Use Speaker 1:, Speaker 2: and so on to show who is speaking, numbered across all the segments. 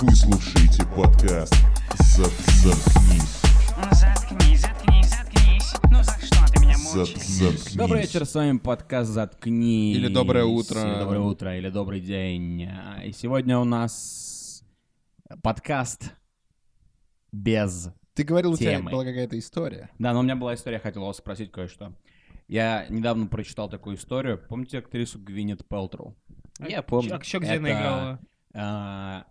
Speaker 1: Вы слушаете подкаст «Зап- «Заткнись».
Speaker 2: Ну заткнись, заткнись, заткнись. Ну за что ты меня
Speaker 1: «Зап-
Speaker 2: мучаешь?
Speaker 1: «Заткнись».
Speaker 3: Добрый вечер, с вами подкаст «Заткни».
Speaker 4: Или доброе утро.
Speaker 3: Или доброе утро, или добрый день. А, И сегодня у нас подкаст без...
Speaker 4: Ты говорил, у тебя
Speaker 3: темы.
Speaker 4: была какая-то история.
Speaker 3: Да, но у меня была история, я хотел вас спросить кое-что. Я недавно прочитал такую историю. Помните актрису Гвинет Пелтру? Я помню.
Speaker 5: А еще где она
Speaker 3: Это,
Speaker 5: играла?
Speaker 3: а,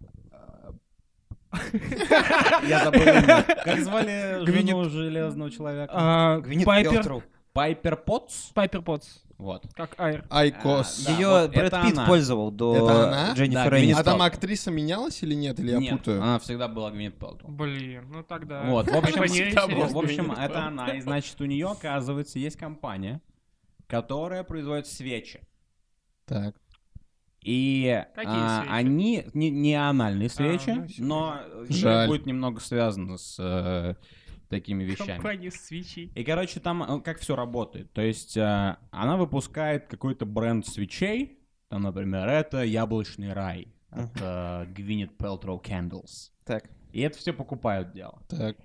Speaker 3: а, Я забыл имя. Как звали жену
Speaker 5: Гвинет-
Speaker 3: Железного Человека?
Speaker 5: А, Пайпер.
Speaker 3: Пайпер Потс?
Speaker 5: Пайпер Потс.
Speaker 3: Вот.
Speaker 5: Как Айр.
Speaker 4: Айкос.
Speaker 3: А, Да,
Speaker 6: Ее
Speaker 3: вот
Speaker 6: Брэд
Speaker 3: это
Speaker 6: Питт
Speaker 3: она.
Speaker 6: пользовал до
Speaker 4: Это она?
Speaker 3: Да,
Speaker 6: Дженнифер
Speaker 3: Гвинет
Speaker 6: Энистон.
Speaker 4: А там
Speaker 3: стал.
Speaker 4: актриса менялась или нет? Или я
Speaker 3: Нет, А.
Speaker 4: путаю?
Speaker 3: она всегда была Гвинет Пелтру.
Speaker 5: Блин, ну тогда.
Speaker 3: Вот, в общем,
Speaker 5: По ней
Speaker 3: с тобой.
Speaker 5: интересно
Speaker 3: в общем,
Speaker 5: видеть.
Speaker 3: это она. И значит, у нее, оказывается, есть компания, которая производит свечи.
Speaker 4: Так.
Speaker 3: И
Speaker 5: Какие
Speaker 3: а,
Speaker 5: свечи?
Speaker 3: они не, не анальные свечи,
Speaker 5: ну, всё
Speaker 3: но э,
Speaker 4: Жаль.
Speaker 3: будет немного связано с э, такими вещами.
Speaker 5: Компания свечей.
Speaker 3: И, короче, там э, как все работает. То есть э, она выпускает какой-то бренд свечей. Там, например, это яблочный рай от э, Gwyneth Paltrow Candles.
Speaker 6: Так.
Speaker 3: И это все покупают дело.
Speaker 4: Так.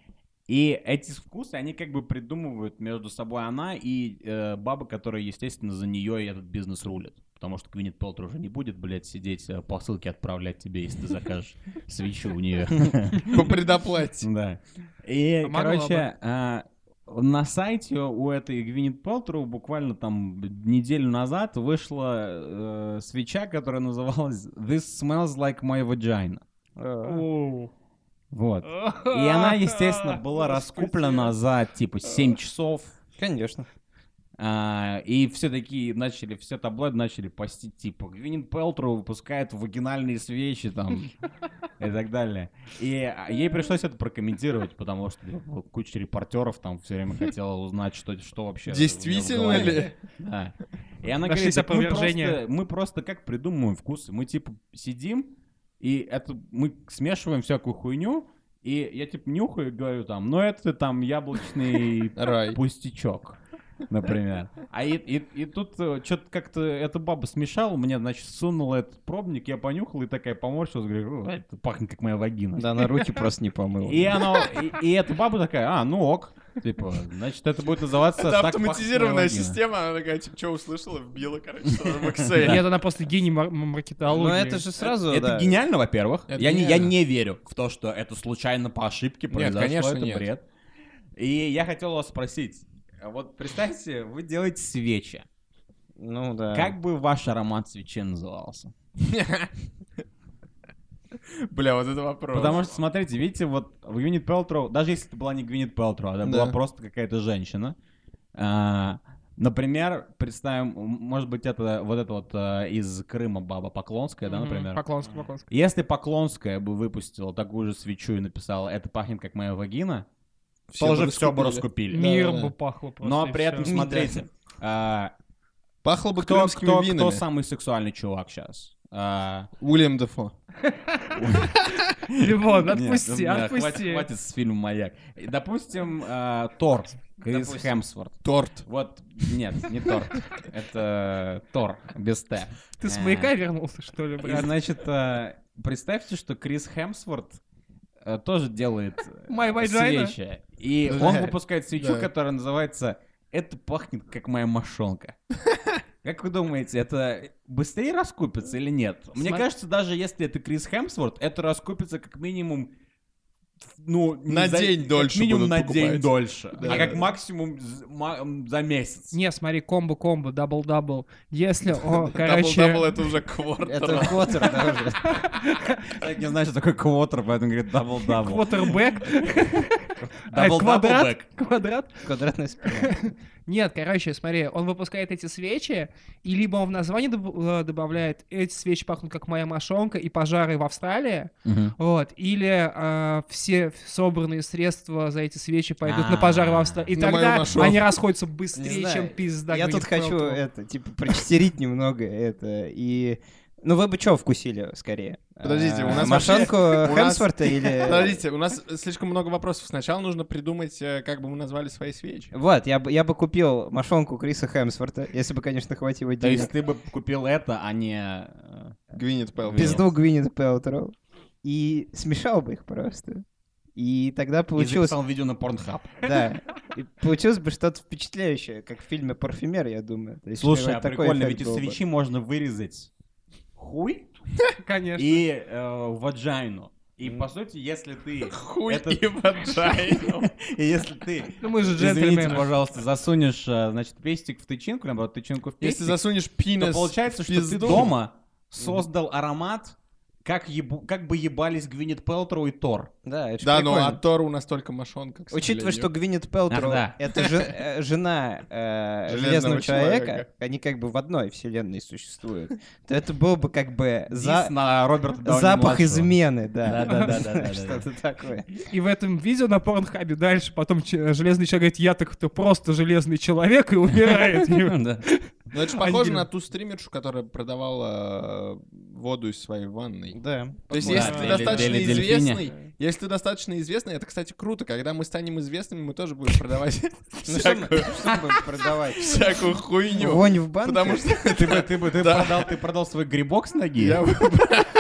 Speaker 3: И эти вкусы, они как бы придумывают между собой она и э, баба, которая, естественно, за нее этот бизнес рулит. Потому что Гвинет Пелтер уже не будет, блядь, сидеть э, посылки отправлять тебе, если ты закажешь свечу у нее.
Speaker 4: По предоплате.
Speaker 3: Да. И,
Speaker 5: А могла
Speaker 3: короче, а, на сайте у этой Гвинет Пелтру буквально там неделю назад вышла э, свеча, которая называлась «This smells like my vagina».
Speaker 5: Оу.
Speaker 3: Вот. И она, естественно, была
Speaker 5: Господи.
Speaker 3: раскуплена за типа 7 часов.
Speaker 6: Конечно.
Speaker 3: А, и все такие начали, все таблоиды начали постить, типа, Гвинет Пелтру выпускает вагинальные свечи там и так далее. И а, ей пришлось это прокомментировать, потому что ну, куча репортеров там все время хотела узнать, что, что вообще. у неё в
Speaker 4: Действительно
Speaker 3: голове.
Speaker 4: ли?
Speaker 3: Да. И она говорит,
Speaker 5: Нашлись
Speaker 3: «Так мы
Speaker 5: опровержения.
Speaker 3: просто, мы просто как придумываем вкусы. Мы типа сидим, и это мы смешиваем всякую хуйню, и я типа нюхаю и говорю там, ну это там яблочный
Speaker 4: Рай.
Speaker 3: пустячок, например. А и, и- и тут что-то как-то эта баба смешала, мне, значит, сунула этот пробник, я понюхал и такая поморщилась, говорю, «О, это пахнет как моя вагина.
Speaker 6: Да, она руки просто не помыла.
Speaker 3: И она, и, и эта баба такая, а, ну ок. Типа, значит, это будет называться
Speaker 7: Это
Speaker 3: «Так пахнет моя
Speaker 7: автоматизированная
Speaker 3: вагина».
Speaker 7: система, она такая, типа, что услышала, вбила, короче, сразу в Excel.
Speaker 5: Нет, она просто гений мар-
Speaker 6: Но
Speaker 5: маркетологии.
Speaker 6: это же сразу,
Speaker 3: Это
Speaker 6: да.
Speaker 3: гениально, во-первых.
Speaker 4: Это
Speaker 3: Я не, я
Speaker 4: гениально.
Speaker 3: не верю в то, что это случайно по ошибке произошло.
Speaker 4: конечно,
Speaker 3: это
Speaker 4: нет.
Speaker 3: бред. И я хотел вас спросить. Вот представьте, вы делаете свечи.
Speaker 6: Ну да.
Speaker 3: Как бы ваш аромат свечи назывался?
Speaker 7: Бля, вот это вопрос.
Speaker 3: Потому что, смотрите, видите, вот в Гвинет Пелтроу, даже если это была не Гвинет Пелтроу, а это
Speaker 4: Да.
Speaker 3: была просто какая-то женщина, а, например, представим, м- может быть, это вот это вот а, из Крыма баба Поклонская, да,
Speaker 5: Мгм,
Speaker 3: например?
Speaker 5: Поклонск, Поклонск.
Speaker 3: Если Поклонская бы выпустила такую же свечу и написала «Это пахнет как моя вагина»,
Speaker 4: Все
Speaker 3: тоже
Speaker 4: бы
Speaker 3: все бы
Speaker 4: раскупили.
Speaker 3: раскупили.
Speaker 5: Мир
Speaker 4: да.
Speaker 5: бы пахло просто.
Speaker 3: Но
Speaker 5: и
Speaker 3: при этом,
Speaker 5: всё.
Speaker 3: смотрите, а,
Speaker 4: Пахло бы
Speaker 3: кто,
Speaker 4: крымскими
Speaker 3: кто, кто
Speaker 4: винами.
Speaker 3: самый сексуальный чувак А, сейчас?
Speaker 4: Уильям Дефо.
Speaker 5: Лимон, отпусти,
Speaker 3: ну, Хватит,
Speaker 5: отпусти.
Speaker 3: хватит с фильма «Маяк». И, Допустим, а, Тор, Крис Хемсворт.
Speaker 4: Торт.
Speaker 3: Вот, нет, не Тор, это Тор, без Т.
Speaker 5: Ты с
Speaker 3: А.
Speaker 5: маяка вернулся, что ли,
Speaker 3: И,
Speaker 5: брат?
Speaker 3: значит, а, представьте, что Крис Хемсворт а, тоже делает э,
Speaker 5: My vagina.
Speaker 3: свечи. И
Speaker 4: Да.
Speaker 3: он выпускает свечу,
Speaker 4: Да.
Speaker 3: которая называется «Это пахнет, как моя мошонка». Как вы думаете, это быстрее раскупится или нет? Мне
Speaker 5: Сма-
Speaker 3: кажется, даже если это Крис Хемсворт, это раскупится как минимум ну, не
Speaker 4: На день
Speaker 3: как
Speaker 4: дольше
Speaker 3: минимум
Speaker 4: будут
Speaker 3: на день
Speaker 4: покупать.
Speaker 3: дольше.
Speaker 4: Да.
Speaker 3: а как максимум з- ма- м, за месяц.
Speaker 5: Не, смотри, комбо-комбо, дабл-дабл. Если, о,
Speaker 7: Дабл-дабл
Speaker 5: короче...
Speaker 7: это уже квартал.
Speaker 6: Это Коттер, да, уже.
Speaker 3: Я не знаю, что такое квотер, поэтому говорит дабл-дабл.
Speaker 5: Квотербэк.
Speaker 3: Дабл-дабл
Speaker 5: Квадрат.
Speaker 3: бэк.
Speaker 5: Квадрат.
Speaker 6: Квадратная спина.
Speaker 5: Нет, короче, смотри, он выпускает эти свечи, и либо он в название доб- э, добавляет «Эти свечи пахнут, как моя мошонка» и «Пожары в Австралии»,
Speaker 3: Мгм.
Speaker 5: вот, или э, все собранные средства за эти свечи пойдут на
Speaker 3: А.
Speaker 5: пожары в Австралии, и
Speaker 4: На мою
Speaker 5: тогда
Speaker 4: мошонку.
Speaker 5: они расходятся
Speaker 6: Не
Speaker 5: быстрее,
Speaker 6: знаю,
Speaker 5: чем пизда.
Speaker 6: Я тут
Speaker 5: Gwyneth
Speaker 6: хочу
Speaker 5: Paltrow.
Speaker 6: это, типа, прочтерить немного это и... Ну, вы бы что вкусили скорее?
Speaker 4: Подождите, у
Speaker 6: А,
Speaker 4: нас
Speaker 6: Мошонку
Speaker 4: вообще- у нас-
Speaker 6: Хемсворта
Speaker 3: э,
Speaker 6: или...
Speaker 7: Подождите, у нас слишком много вопросов. Сначала нужно придумать, э, как бы мы назвали свои свечи.
Speaker 6: Вот, я бы, я бы купил мошонку Криса Хемсворта, если бы, конечно, хватило
Speaker 3: То есть
Speaker 6: денег.
Speaker 3: ты бы купил это, а не... э,
Speaker 4: Гвинет Пэлл.
Speaker 3: Пиздец.
Speaker 6: Пизду Гвинет Пелтеру. и смешал бы их просто. И тогда
Speaker 3: И
Speaker 6: получилось...
Speaker 3: записал видео на Pornhub.
Speaker 6: Да. И получилось бы что-то впечатляющее, как в фильме «Парфюмер», я думаю. То есть
Speaker 3: Слушай, а
Speaker 6: примерно такой
Speaker 3: прикольно,
Speaker 6: эффект
Speaker 3: ведь из
Speaker 6: был бы.
Speaker 3: свечи можно вырезать хуй
Speaker 5: Конечно.
Speaker 3: и э, ваджайну. И по сути, если ты...
Speaker 7: Хуй
Speaker 3: Это-
Speaker 7: и ваджайну.
Speaker 3: И если ты...
Speaker 5: Ну мы же
Speaker 3: Извините,
Speaker 5: джентльмены.
Speaker 3: пожалуйста, засунешь, э, значит, пестик в тычинку, наоборот, тычинку в
Speaker 4: Если
Speaker 3: пестик,
Speaker 4: засунешь
Speaker 3: то
Speaker 4: пинес
Speaker 3: получается,
Speaker 4: в
Speaker 3: что ты
Speaker 4: пизду-
Speaker 3: дома создал аромат, как, ебу- как бы ебались Гвинет Пелтроу и Тор.
Speaker 6: Да, это ж
Speaker 4: Да, ну
Speaker 6: прикольно.
Speaker 4: а Тору настолько мошонка, к
Speaker 6: Учитывая, что
Speaker 4: сожалению.
Speaker 6: Гвинет Пелтроу
Speaker 3: Ах, да.
Speaker 6: это же- э, жена э,
Speaker 4: Железного
Speaker 6: Железного человека,
Speaker 4: человека.
Speaker 6: они как бы в одной вселенной существуют, то это было бы как бы за-
Speaker 3: Дис на Роберта Дауни
Speaker 6: запах
Speaker 3: младшего.
Speaker 6: измены, да.
Speaker 3: Да-да-да-да-да-да.
Speaker 6: Что-то такое.
Speaker 5: И в этом видео на порнхабе дальше потом че- железный человек говорит, я так то просто железный человек и умирает.
Speaker 3: Да.
Speaker 4: Ну это же похоже
Speaker 5: Они-
Speaker 4: на ту стримершу, которая продавала э, воду из своей ванной.
Speaker 6: Ну Да.
Speaker 4: То есть
Speaker 3: Да,
Speaker 4: если ты
Speaker 3: или
Speaker 4: достаточно
Speaker 3: Дели Дельфине.
Speaker 4: известный, если ты достаточно известный, это, кстати, круто. Когда мы станем известными, мы тоже будем продавать
Speaker 6: Ну что мы
Speaker 4: всякую-
Speaker 6: что мы будем продавать?
Speaker 4: всякую хуйню.
Speaker 6: Вонь в банке?
Speaker 4: Потому что
Speaker 3: Ты бы, ты бы, ты продал, ты продал свой грибок с ноги.
Speaker 4: я бы...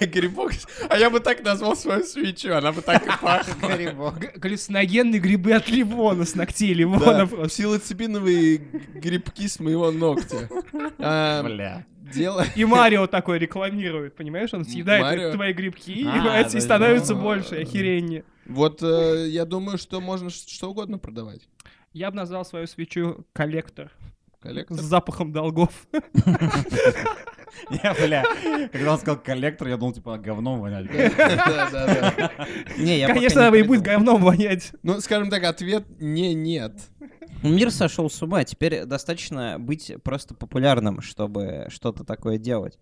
Speaker 4: Грибок. А я бы так назвал свою свечу, она бы так и пахла.
Speaker 6: Грибок.
Speaker 5: Г- Галлюциногенные грибы от ливона с ногтей ливона
Speaker 4: Да,
Speaker 5: просто.
Speaker 4: псилоцибиновые г- грибки с моего ногтя. А,
Speaker 3: Бля.
Speaker 4: Дело...
Speaker 5: И Марио такой рекламирует, понимаешь? Он съедает
Speaker 4: Марио?
Speaker 5: твои грибки, и,
Speaker 3: А,
Speaker 5: понимаете,
Speaker 3: то
Speaker 5: и
Speaker 3: есть,
Speaker 5: становится
Speaker 4: ну,
Speaker 5: больше охеренье.
Speaker 4: Вот э, я думаю, что можно ш- что угодно продавать.
Speaker 5: Я бы назвал свою свечу коллектор с
Speaker 4: Коллектор.
Speaker 5: запахом долгов.
Speaker 3: Я, бля, когда он сказал коллектор, я думал, типа, говном вонять.
Speaker 4: Да-да-да.
Speaker 6: Не, я пока
Speaker 5: Конечно,
Speaker 6: не
Speaker 5: она и
Speaker 6: придумал.
Speaker 5: будет говном вонять.
Speaker 4: Ну, скажем так, ответ не нет.
Speaker 6: Мир сошел с ума. Теперь достаточно быть просто популярным, чтобы что-то такое делать.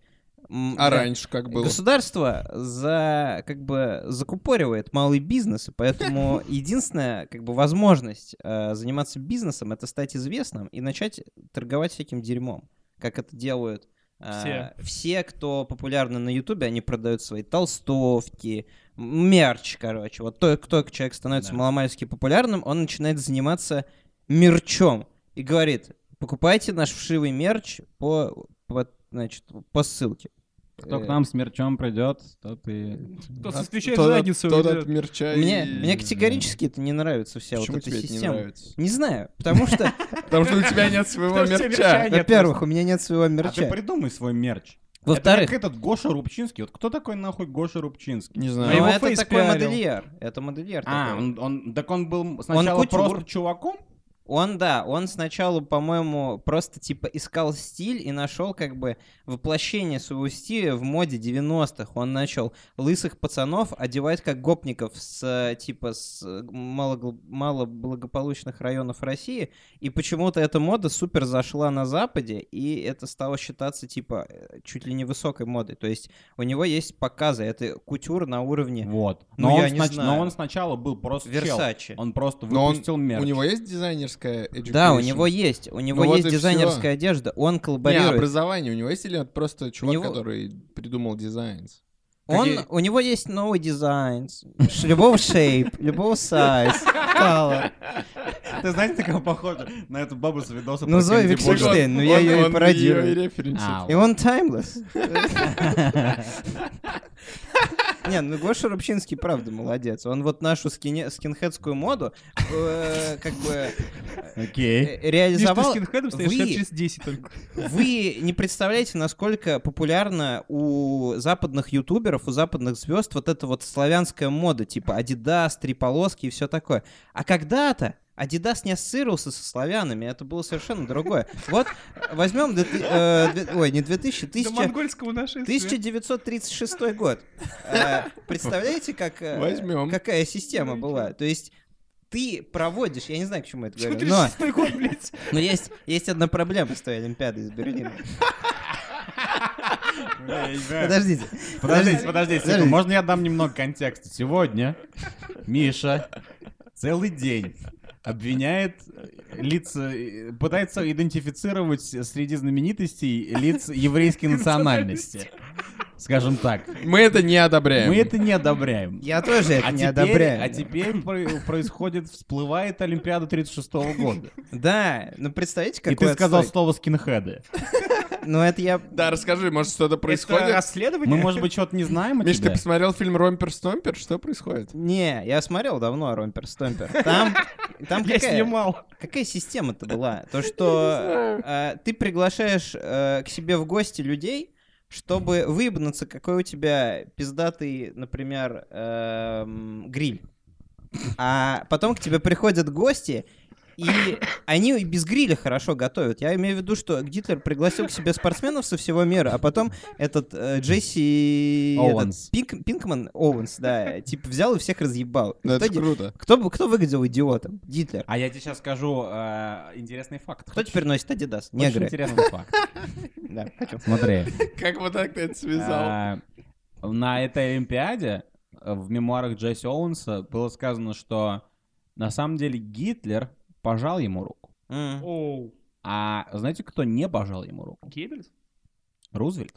Speaker 6: М,
Speaker 4: А
Speaker 6: да.
Speaker 4: раньше как было?
Speaker 6: Государство за, как бы, закупоривает малый бизнес, и поэтому единственная как бы, возможность э, заниматься бизнесом — это стать известным и начать торговать всяким дерьмом, как это делают э,
Speaker 5: Все.
Speaker 6: все, кто популярны на Ютубе, они продают свои толстовки, м- мерч, короче. Вот только, только человек становится
Speaker 3: Да.
Speaker 6: маломальски популярным, он начинает заниматься мерчом и говорит, покупайте наш вшивый мерч по, по, значит, по ссылке.
Speaker 3: Кто к
Speaker 6: Э,
Speaker 3: нам с мерчом придет, тот и...
Speaker 5: Кто
Speaker 4: А
Speaker 5: со свечой в
Speaker 4: тот от-
Speaker 5: задницу
Speaker 4: тот
Speaker 5: уйдет.
Speaker 4: от мерча
Speaker 6: Мне,
Speaker 4: и-
Speaker 6: мне категорически это не нравится вся
Speaker 4: Почему
Speaker 6: вот эта
Speaker 4: тебе это не
Speaker 6: система.
Speaker 4: нравится?
Speaker 6: не знаю, потому что,
Speaker 4: Потому что у тебя нет своего
Speaker 5: Потому что у тебя
Speaker 4: мерча.
Speaker 5: мерча нет
Speaker 6: во-первых, у меня нет своего
Speaker 3: А ты
Speaker 6: мерча.
Speaker 3: придумай свой мерч.
Speaker 6: Во-вторых,
Speaker 3: Это как этот Гоша Рубчинский. Вот кто такой нахуй Гоша Рубчинский?
Speaker 4: Не
Speaker 6: ну,
Speaker 4: знаю.
Speaker 5: его
Speaker 6: это
Speaker 5: фейс
Speaker 6: такой
Speaker 5: пиарил.
Speaker 6: модельер. Это модельер.
Speaker 3: А,
Speaker 6: такой.
Speaker 3: он, он- так он был сначала
Speaker 6: кутюр.
Speaker 3: просто чуваком?
Speaker 6: Он, да, он сначала, по-моему, просто типа искал стиль и нашел как бы воплощение своего стиля в моде 90-х. Он начал лысых пацанов одевать как гопников с э, типа с э, малогл- малоблагополучных районов России. И почему-то эта мода супер зашла на Западе, и это стало считаться типа э, чуть ли не высокой модой. То есть у него есть показы, это кутюр на уровне
Speaker 3: Вот.
Speaker 6: Ну,
Speaker 3: Но, он
Speaker 6: я не
Speaker 3: снач-
Speaker 6: знаю.
Speaker 3: но он сначала был просто чел.
Speaker 6: Версачи.
Speaker 3: Он просто
Speaker 4: Но он-
Speaker 3: выпустил мерч.
Speaker 4: У него есть дизайнерская education?
Speaker 6: Да, у него есть. У него
Speaker 4: Ну вот
Speaker 6: есть
Speaker 4: и всё.
Speaker 6: дизайнерская одежда. Он
Speaker 3: а
Speaker 4: Не,
Speaker 6: коллаборирует.
Speaker 4: образование. У него есть или это просто чувак,
Speaker 6: него-
Speaker 4: который придумал дизайн?
Speaker 6: Он,
Speaker 4: Какие-
Speaker 6: у него есть новый дизайн. ш- Любого шейп, любого сайз. color.
Speaker 3: А Ты знаете, такого похоже на эту бабу с видоса
Speaker 6: Ну,
Speaker 3: про
Speaker 6: Зоя
Speaker 3: Кэнди Бой.
Speaker 6: Викторовна. Эйнштейн, ну, я
Speaker 4: Он-
Speaker 6: её и
Speaker 4: он её
Speaker 6: пародирую.
Speaker 4: и референсит.
Speaker 3: А,
Speaker 6: И он timeless. Не, ну Гоша Рубчинский правда молодец. Он вот нашу скине- скинхедскую моду э, как бы
Speaker 3: Окей.
Speaker 6: э,
Speaker 5: Видишь, ты
Speaker 6: реализовал.
Speaker 5: скинхедом стоишь
Speaker 6: Вы-
Speaker 5: лет через 10 только.
Speaker 6: Вы не представляете, насколько популярна у западных ютуберов, у западных звезд вот эта вот славянская мода, типа Adidas, три полоски и все такое. А когда-то Adidas не ассоциировался со славянами, это было совершенно другое. Вот возьмем, две ты- э, две- ой, не 2000,
Speaker 5: До
Speaker 6: 1000,
Speaker 5: монгольского нашествия.
Speaker 6: 1936 год. Э, Представляете, как, э,
Speaker 4: Возьмем.
Speaker 6: какая система была? То есть ты проводишь, я не знаю, к чему это говорю, но...
Speaker 5: 36 год, блядь.
Speaker 6: Но есть, есть одна проблема с той Олимпиадой из Берлина.
Speaker 3: Бля, я не знаю.
Speaker 6: Подождите.
Speaker 3: Подождите, подождите, секунду.
Speaker 6: подождите.
Speaker 3: можно я дам немного контекста? Сегодня Миша целый день обвиняет лица, э, пытается идентифицировать среди знаменитостей лиц еврейской национальности. скажем так.
Speaker 4: Мы это не одобряем.
Speaker 3: Мы это не одобряем.
Speaker 6: Я тоже это
Speaker 3: А
Speaker 6: не
Speaker 3: теперь,
Speaker 6: одобряю.
Speaker 3: а теперь про- происходит, всплывает Олимпиада 36 года.
Speaker 6: Да, ну представьте, какой
Speaker 3: и ты сказал
Speaker 6: отстой.
Speaker 3: слово скинхеды.
Speaker 6: Ну это я...
Speaker 4: Да, расскажи, может, что-то происходит?
Speaker 5: Это расследование?
Speaker 3: Мы, может быть, что-то не знаем о
Speaker 4: Миш, ты
Speaker 3: тебе?
Speaker 4: посмотрел фильм «Ромпер-стомпер»? Что происходит?
Speaker 6: Не, я смотрел давно Ромпер Стомпер. Там, там
Speaker 5: Я
Speaker 6: какая-
Speaker 5: снимал.
Speaker 6: Какая система-то была? То, что э, ты приглашаешь э, к себе в гости людей, чтобы выебнуться, какой у тебя пиздатый, например, эм, гриль. А потом к тебе приходят гости, и они и без гриля хорошо готовят. Я имею в виду, что Гитлер пригласил к себе спортсменов со всего мира, а потом этот э, Джесси... этот
Speaker 3: Оуэнс.
Speaker 6: Пинк- Пинкман Оуэнс, да, типа взял и всех разъебал.
Speaker 4: Ну, это
Speaker 6: В
Speaker 4: ж
Speaker 6: итоге
Speaker 4: круто.
Speaker 6: кто, бы- кто выглядел идиотом? Гитлер.
Speaker 3: А я тебе сейчас скажу э, интересный факт.
Speaker 6: Кто теперь носит Адидас?
Speaker 3: Очень
Speaker 6: Негры.
Speaker 3: интересный факт.
Speaker 6: Да, хочу.
Speaker 3: Смотри.
Speaker 4: Как вот так ты это связал?
Speaker 3: а, На этой Олимпиаде э, в мемуарах Джесси Оуэнса было сказано, что на самом деле Гитлер пожал ему руку.
Speaker 6: М.
Speaker 5: Оу.
Speaker 3: А знаете, кто не пожал ему руку?
Speaker 5: Геббельс?
Speaker 3: Рузвельт.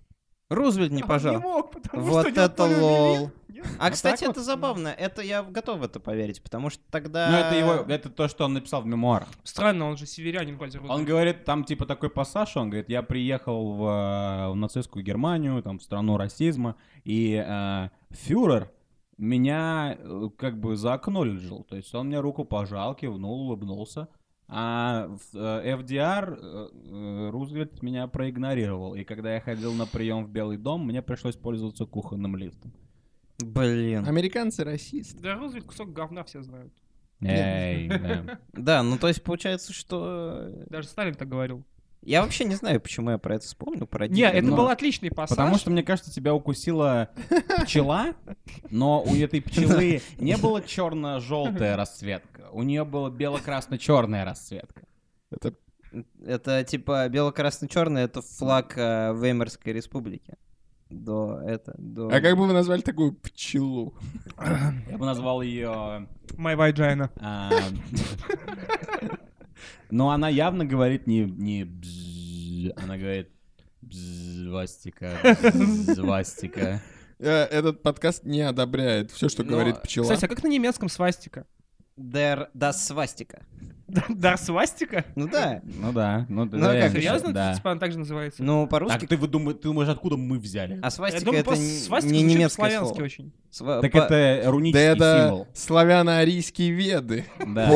Speaker 6: Рузвельт
Speaker 3: а
Speaker 6: не
Speaker 5: Он
Speaker 6: пожал.
Speaker 5: не мог, потому
Speaker 6: Вот
Speaker 5: что нет
Speaker 6: это
Speaker 5: полиомиелита.
Speaker 6: лол.
Speaker 5: Нет.
Speaker 6: А, кстати,
Speaker 3: так
Speaker 6: это забавно. Это я готов в это поверить, потому что тогда...
Speaker 3: Ну, это его, это то, что он написал в мемуарах.
Speaker 5: Странно, он же северянин, Вальдер.
Speaker 3: Он говорит, там типа такой пассаж, он говорит, я приехал в, э, в нацистскую Германию, там в страну расизма, и э, фюрер меня э, как бы заокнолледжил, то есть он мне руку пожал, кивнул, улыбнулся, а в- э, FDR э, э, Рузвельт меня проигнорировал, и когда я ходил на прием в Белый дом, мне пришлось пользоваться кухонным лифтом.
Speaker 6: Блин.
Speaker 4: Американцы расисты.
Speaker 5: Да, Рузвельт кусок говна все знают.
Speaker 3: Эй, да.
Speaker 6: Да, ну то есть получается, что...
Speaker 5: Даже Сталин так говорил.
Speaker 6: Я вообще не знаю, почему я про это вспомнил, про
Speaker 5: Не,
Speaker 6: Гитлера,
Speaker 5: это
Speaker 6: но-
Speaker 5: был отличный пассаж.
Speaker 3: Потому что, мне кажется, тебя укусила пчела, но у этой пчелы не было черно-желтая расцветка. У нее была бело-красно-черная расцветка.
Speaker 4: Это
Speaker 6: Это типа бело-красно-черный, это флаг э, Веймарской республики. До это, до...
Speaker 4: А как бы вы назвали такую пчелу?
Speaker 3: Я бы назвал ее...
Speaker 5: My vagina.
Speaker 3: Но она явно говорит не... не бзз, она говорит... бзз, Звастика, бзз, звастика.
Speaker 4: Э, Этот подкаст не одобряет все, что
Speaker 6: Ну,
Speaker 4: говорит пчела.
Speaker 5: Кстати, а как на немецком свастика?
Speaker 6: Дер... Да, свастика.
Speaker 5: Да, свастика?
Speaker 6: Ну да.
Speaker 3: Ну да. Ну,
Speaker 6: Ну, а как,
Speaker 3: да,
Speaker 5: Серьезно?
Speaker 3: Да.
Speaker 5: Типа она так же называется?
Speaker 6: Ну,
Speaker 3: Так
Speaker 6: по-русски...
Speaker 3: а ты, вы думаете, ты думаешь, откуда мы взяли?
Speaker 6: А
Speaker 5: Я
Speaker 6: свастика
Speaker 5: думаю,
Speaker 6: это
Speaker 5: просто
Speaker 6: не-
Speaker 5: свастика
Speaker 6: не
Speaker 5: звучит
Speaker 6: немецкое
Speaker 5: по-славянски
Speaker 6: слово.
Speaker 5: очень.
Speaker 6: Сва-
Speaker 3: Так
Speaker 6: по-
Speaker 3: это э,
Speaker 4: Да
Speaker 3: рунический
Speaker 4: это
Speaker 3: символ.
Speaker 4: славяно-арийские веды.
Speaker 3: Да.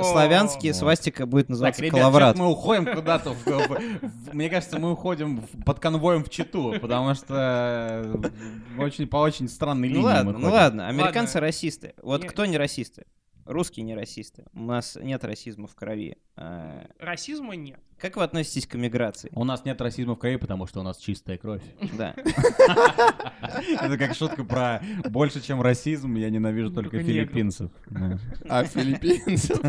Speaker 6: По-славянски свастика будет
Speaker 3: Так,
Speaker 6: называться
Speaker 3: ребят,
Speaker 6: коловрат.
Speaker 3: щас мы уходим куда-то. в- в- в- Мне кажется, мы уходим в- под конвоем в Читу, потому что э, очень, по очень странной линии
Speaker 6: Ну ладно,
Speaker 3: мы
Speaker 6: ну
Speaker 3: ходим.
Speaker 6: ладно, американцы
Speaker 5: Ладно.
Speaker 6: расисты. Вот
Speaker 5: Не-
Speaker 6: кто не расисты? Русские не расисты. У нас нет расизма в крови. А,
Speaker 5: Расизма нет.
Speaker 6: Как вы относитесь к миграции?
Speaker 3: У нас нет расизма в Корее, потому что у нас чистая кровь.
Speaker 6: Да.
Speaker 3: Это как шутка про больше, чем расизм, я ненавижу только
Speaker 5: Ну, Только негров.
Speaker 3: филиппинцев. Да.
Speaker 4: А филиппинцев?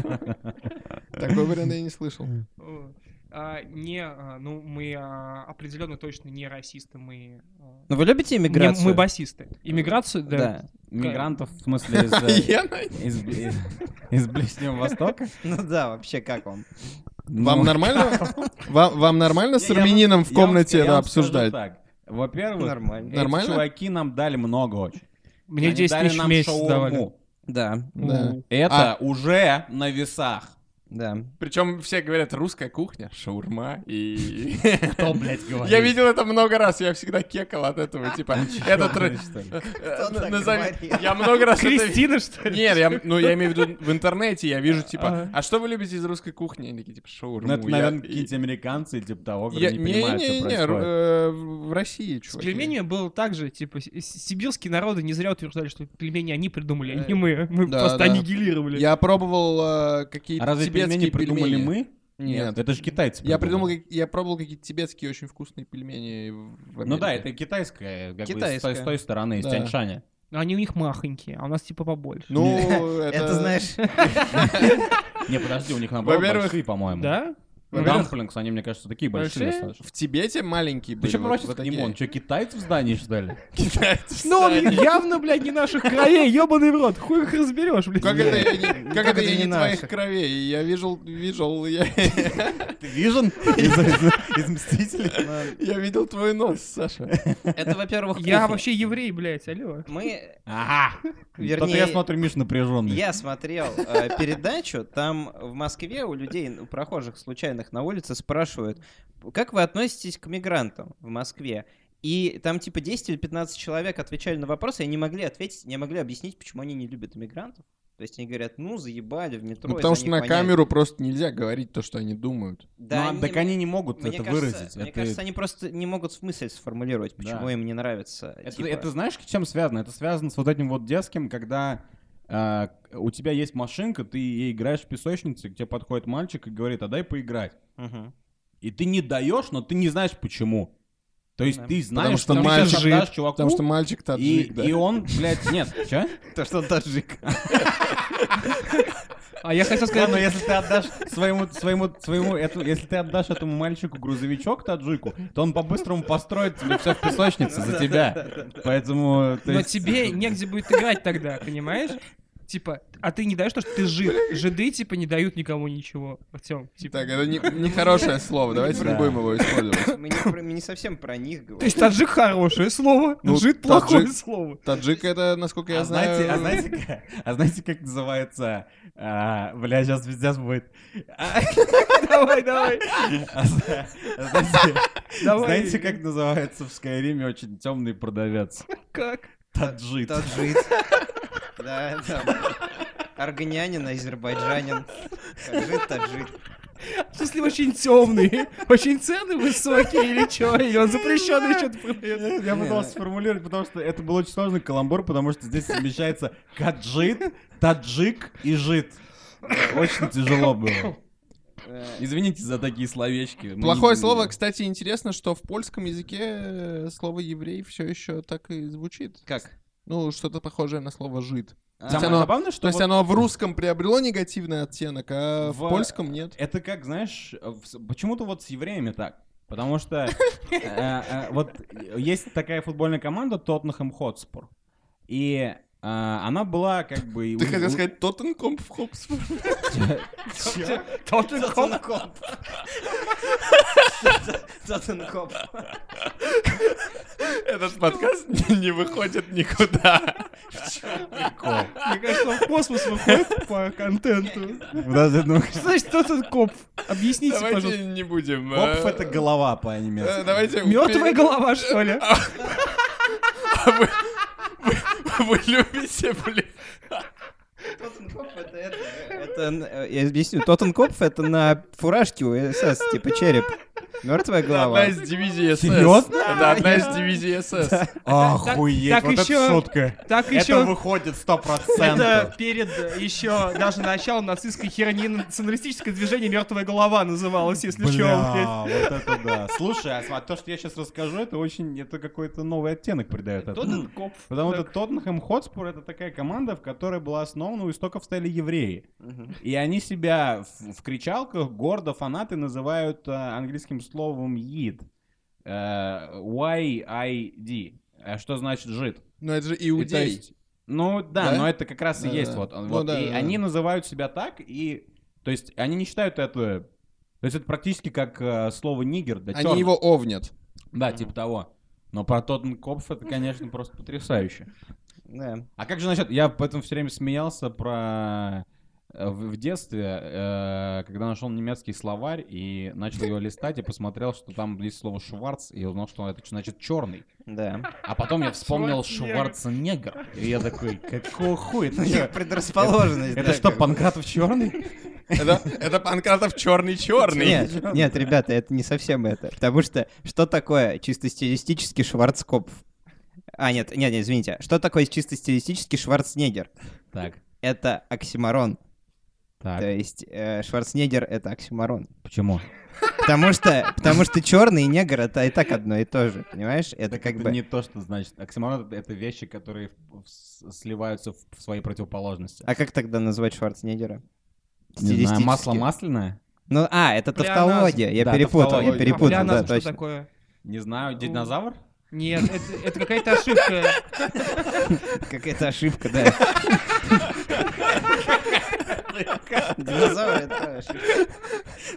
Speaker 4: Такой вариант я не слышал.
Speaker 5: О, а, не, а, ну мы а, определенно точно не расисты, мы... а,
Speaker 6: Ну вы любите
Speaker 5: не-
Speaker 6: иммиграцию?
Speaker 5: мы басисты. Иммиграцию, да.
Speaker 6: Да.
Speaker 3: Мигрантов, в смысле, из, э,
Speaker 4: Я на-
Speaker 3: из, из- из Ближнего Востока?
Speaker 6: Ну да, вообще как вам?
Speaker 4: Вам
Speaker 3: Ну,
Speaker 4: нормально? Вам вам нормально с
Speaker 3: я вам-
Speaker 4: армянином в
Speaker 3: я вам
Speaker 4: комнате
Speaker 3: ска- я
Speaker 4: это
Speaker 3: вам скажу
Speaker 4: обсуждать?
Speaker 3: так. Во-первых,
Speaker 6: Нормально.
Speaker 3: эти
Speaker 4: Нормально?
Speaker 3: чуваки нам дали много очень.
Speaker 5: Мне
Speaker 3: Они
Speaker 5: 10
Speaker 3: дали
Speaker 5: тысяч в
Speaker 3: нам
Speaker 5: месяц
Speaker 3: шаурму.
Speaker 5: давали.
Speaker 6: Да,
Speaker 4: Да.
Speaker 3: Это уже на весах.
Speaker 6: да.
Speaker 4: Причем все говорят, русская кухня, шаурма и...
Speaker 3: Кто, блядь, говорит?
Speaker 4: Я видел это много раз, я всегда кекал от этого, типа, этот... э,
Speaker 3: говорит, что ли?
Speaker 6: так говорил?
Speaker 4: Я много раз это видел.
Speaker 5: Кристина, что ли?
Speaker 4: Нет, я, ну я имею в виду в интернете, я вижу, типа, а что вы любите из русской кухни? Они такие, типа, шаурму.
Speaker 3: Ну, это,
Speaker 4: Я-
Speaker 3: наверное,
Speaker 4: и-
Speaker 3: какие-то американцы, типа того, которые
Speaker 4: я-
Speaker 3: не понимают, что
Speaker 4: Не-не-не,
Speaker 3: происходит.
Speaker 4: э, в России,
Speaker 5: С
Speaker 4: чувак.
Speaker 5: пельменями было так же, типа, с- с- сибирские народы не зря утверждали, что пельмени они придумали, а не мы. Мы
Speaker 4: Да,
Speaker 5: просто
Speaker 4: да.
Speaker 5: аннигилировали.
Speaker 4: Я пробовал э,
Speaker 3: А
Speaker 4: какие-то
Speaker 3: разве пельмени
Speaker 4: тибетские
Speaker 3: придумали
Speaker 4: пельмени.
Speaker 3: мы?
Speaker 4: Нет.
Speaker 3: Это же китайцы
Speaker 4: Я придумал,
Speaker 3: придумали.
Speaker 4: как- я пробовал какие-то тибетские очень вкусные пельмени в
Speaker 3: Ну да,
Speaker 4: Америке.
Speaker 3: это китайское, как бы, с той-
Speaker 6: Китайское.
Speaker 3: с той стороны, из
Speaker 4: Да.
Speaker 3: Тяньшаня.
Speaker 5: Но они у них махонькие, а у нас типа побольше.
Speaker 4: Ну, это...
Speaker 6: Это знаешь...
Speaker 3: Не, подожди, у них наоборот
Speaker 4: Во-первых,
Speaker 3: большие, по-моему. Ну,
Speaker 5: Да?
Speaker 7: Во-первых,
Speaker 3: Дамплингс, они, мне кажется, такие большие
Speaker 7: большие.
Speaker 3: достаточно.
Speaker 7: В Тибете маленькие были.
Speaker 3: Ты что
Speaker 7: вот-
Speaker 3: просишь
Speaker 7: вот
Speaker 3: к
Speaker 7: такие.
Speaker 3: нему? Он что, китайцев в здании, что ли?
Speaker 4: Китайцы
Speaker 5: Ну, он
Speaker 4: сами.
Speaker 5: явно, блядь, не наших краев, ебаный в рот. Хуй их разберешь, блядь.
Speaker 4: Как это, и не- как это и не твоих
Speaker 6: наших.
Speaker 4: кровей? Я вижу, вижу, я,
Speaker 3: Ты вижен из, из- из Мстителей?
Speaker 4: я видел твой нос, Саша.
Speaker 6: Это, во-первых,
Speaker 5: Я
Speaker 6: кухня.
Speaker 5: вообще еврей, блядь, алло.
Speaker 6: Мы,
Speaker 3: Ага. Вернее...
Speaker 6: вернее,
Speaker 3: я смотрю, Миш напряженный.
Speaker 6: Я смотрел э, передачу, там в Москве у людей, у прохожих случайных на улице спрашивают, как вы относитесь к мигрантам в Москве? И там типа 10 или 15 человек отвечали на вопросы, и не могли ответить, не могли объяснить, почему они не любят мигрантов. То есть они говорят, ну, заебали в метро.
Speaker 4: Ну,
Speaker 6: из-за
Speaker 4: потому что
Speaker 6: них
Speaker 4: на
Speaker 6: воняет».
Speaker 4: камеру просто нельзя говорить то, что они думают.
Speaker 6: Да,
Speaker 3: Ну, а-
Speaker 6: они-
Speaker 3: Так они не могут
Speaker 6: мне
Speaker 3: это
Speaker 6: кажется-
Speaker 3: выразить.
Speaker 6: Мне
Speaker 3: Это-
Speaker 6: кажется, они просто не могут в мысль сформулировать, почему
Speaker 3: Да.
Speaker 6: им не нравится.
Speaker 3: Это,
Speaker 6: типа,
Speaker 3: это знаешь, с чем связано? Это связано с вот этим вот детским, когда э, у тебя есть машинка, ты ей играешь в песочнице, к тебе подходит мальчик и говорит, а дай поиграть.
Speaker 6: мгм.
Speaker 3: И ты не даешь, но ты не знаешь почему. То есть
Speaker 6: Да.
Speaker 3: ты
Speaker 4: Потому
Speaker 3: знаешь,
Speaker 4: что
Speaker 3: ты сейчас
Speaker 4: мальчик.
Speaker 3: отдашь чуваку,
Speaker 4: Потому что мальчик
Speaker 3: Ну, и,
Speaker 4: таджик, да.
Speaker 3: и он, блядь, нет, чё?
Speaker 6: То, что он таджик.
Speaker 5: А я
Speaker 3: Да,
Speaker 5: хотел
Speaker 3: но
Speaker 5: сказать,
Speaker 3: ну, если ты отдашь своему, своему, своему, эту- если ты отдашь этому мальчику грузовичок таджику, то он по-быстрому построит тебе все в песочнице за тебя. Поэтому, то
Speaker 5: но
Speaker 3: есть,
Speaker 5: тебе негде будет играть тогда, понимаешь? Типа, а ты не даешь то, что ты жид. Жиды, типа, не дают никому ничего, Артем. Типа.
Speaker 4: Так, это не- нехорошее слово, давайте не
Speaker 3: Да.
Speaker 4: будем его использовать.
Speaker 6: Мы не, про- мы не совсем про них
Speaker 5: То
Speaker 6: говорим.
Speaker 5: есть таджик хорошее слово,
Speaker 4: Ну,
Speaker 5: жид
Speaker 4: таджик-
Speaker 5: плохое слово.
Speaker 4: Таджик это, насколько типа, я
Speaker 3: а знаете, а
Speaker 4: знаю...
Speaker 3: знаете, как- а знаете, как называется? а, бля, сейчас пиздец будет. А,
Speaker 5: Давай, давай,
Speaker 3: а зна- а знаете,
Speaker 5: давай.
Speaker 3: знаете, как называется в Скайриме очень темный продавец?
Speaker 5: Как?
Speaker 3: Таджит.
Speaker 6: Таджит. Да, да. Аргнянин, азербайджанин. Таджит, таджит.
Speaker 5: В смысле, очень темный, очень цены высокие или что? Или он запрещенный что-то продает?
Speaker 3: Я пытался сформулировать, потому что это был очень сложный каламбур, потому что здесь совмещается каджит, таджик и жит. Очень тяжело было.
Speaker 6: Э,
Speaker 3: Извините за такие словечки. Мы
Speaker 4: Плохое
Speaker 3: не-
Speaker 4: слово, кстати, интересно, что в польском языке э, слово еврей все еще так и звучит.
Speaker 6: Как?
Speaker 4: Ну, что-то похожее на слово жид.
Speaker 6: А,
Speaker 4: Хотя
Speaker 3: Самое
Speaker 4: оно-
Speaker 3: забавное, что
Speaker 4: То есть
Speaker 3: вот
Speaker 4: оно в русском приобрело негативный оттенок, а в
Speaker 3: В-
Speaker 4: польском нет.
Speaker 3: это как, знаешь, в с- почему-то вот с евреями так. Потому что э, э, вот есть такая футбольная команда Тоттенхэм Хотспур. И э, она была как бы...
Speaker 4: Ты хотел сказать Тоттенком в Хопсфорд?
Speaker 5: Тоттенхэм.
Speaker 6: Тоттенкоп. Тоттенкоп.
Speaker 4: Этот подкаст не выходит никуда.
Speaker 5: Мне кажется, он в космос выходит по контенту.
Speaker 3: Подожди, ну,
Speaker 5: Что значит тоттенкоп? Объясните, пожалуйста.
Speaker 4: Давайте не будем.
Speaker 3: Копф —
Speaker 4: э,
Speaker 3: это голова
Speaker 4: э,
Speaker 3: по-немецки.
Speaker 4: Давайте...
Speaker 5: Мертвая голова, что ли?
Speaker 4: Вы любите, блин.
Speaker 6: Тоттенкоп это это... Это, э, я объясню. Тоттенкоп это на фуражке у СС, типа череп. Мертвая
Speaker 4: Это
Speaker 6: голова.
Speaker 4: одна из дивизий СС.
Speaker 3: Серьезно?
Speaker 4: Это одна из дивизий СС.
Speaker 5: так
Speaker 3: Охуеть, вот
Speaker 5: ещё-
Speaker 3: это шутка.
Speaker 5: Так
Speaker 3: Это
Speaker 5: еще...
Speaker 3: выходит сто
Speaker 5: Это
Speaker 3: процентов.
Speaker 5: перед еще даже началом нацистской херни националистическое движение «Мертвая голова» называлось, если что. блядь.
Speaker 3: Бля, вот это да. Слушай, а сма- то, что я сейчас расскажу, это очень, это какой-то новый оттенок придает. этому.
Speaker 5: Тоттенкоп.
Speaker 3: Потому что Тоттенхэм Хотспур это такая команда, в которой была основана у истоков стали евреи.
Speaker 6: Мгм.
Speaker 3: И они себя в, в кричалках гордо фанаты называют э, английским словом «ид». Э, Y-I-D. э, Что значит «жид».
Speaker 4: Ну это же
Speaker 3: И то
Speaker 4: иудей.
Speaker 3: есть- ну да,
Speaker 4: Да?
Speaker 3: но это как раз и
Speaker 4: Да,
Speaker 3: есть
Speaker 4: да.
Speaker 3: вот.
Speaker 4: Ну
Speaker 3: вот,
Speaker 4: да,
Speaker 3: и
Speaker 4: да,
Speaker 3: они
Speaker 4: да.
Speaker 3: называют себя так, и то есть они не считают это. То есть это практически как э, слово нигер для
Speaker 4: Они
Speaker 3: чёрных.
Speaker 4: его овнят.
Speaker 3: Да, типа того. Но про Тоттенкопф это, конечно, просто потрясающе.
Speaker 6: Да.
Speaker 3: А как же насчет? Я поэтому все время смеялся про э, в в детстве, э, когда нашел немецкий словарь и начал его листать, и посмотрел, что там есть слово «шварц», и узнал, что это значит черный.
Speaker 6: Да.
Speaker 3: А потом я вспомнил Шварценеггер. И я такой, какого хуя? Это чё?
Speaker 6: Предрасположенность.
Speaker 3: Это
Speaker 6: да,
Speaker 3: что,
Speaker 6: как бы.
Speaker 3: Панкратов черный?
Speaker 4: Это, это Панкратов черный-черный.
Speaker 6: Нет, нет, ребята, это не совсем это. Потому что что такое чисто стилистически Шварцкопф? А, нет, нет, нет, извините. Что такое чисто стилистически Шварценеггер?
Speaker 3: Так,
Speaker 6: Это оксимарон. То
Speaker 3: так.
Speaker 6: есть э, Шварценеггер — это оксимарон.
Speaker 3: Почему?
Speaker 6: Потому что, потому что черный и негр — это и так одно и то же, понимаешь? Это
Speaker 3: Так
Speaker 6: как
Speaker 3: это
Speaker 6: бы...
Speaker 3: не то, что значит. Оксиморон — это- это вещи, которые в- в- с- сливаются в в свои противоположности.
Speaker 6: А как тогда назвать Шварценеггера?
Speaker 3: Не знаю, масло
Speaker 6: Стилистически.
Speaker 3: масляное?
Speaker 6: Ну, а, это
Speaker 5: Плеоназм.
Speaker 6: тавтология. Я
Speaker 3: Да,
Speaker 6: перепутал, я
Speaker 3: тавтология.
Speaker 6: перепутал,
Speaker 5: А
Speaker 6: да,
Speaker 5: плеоназм что
Speaker 6: точно.
Speaker 5: такое?
Speaker 3: Не знаю, динозавр?
Speaker 5: Нет, это, это какая-то ошибка.
Speaker 6: Какая-то ошибка, да. Динозавр — это ошибка.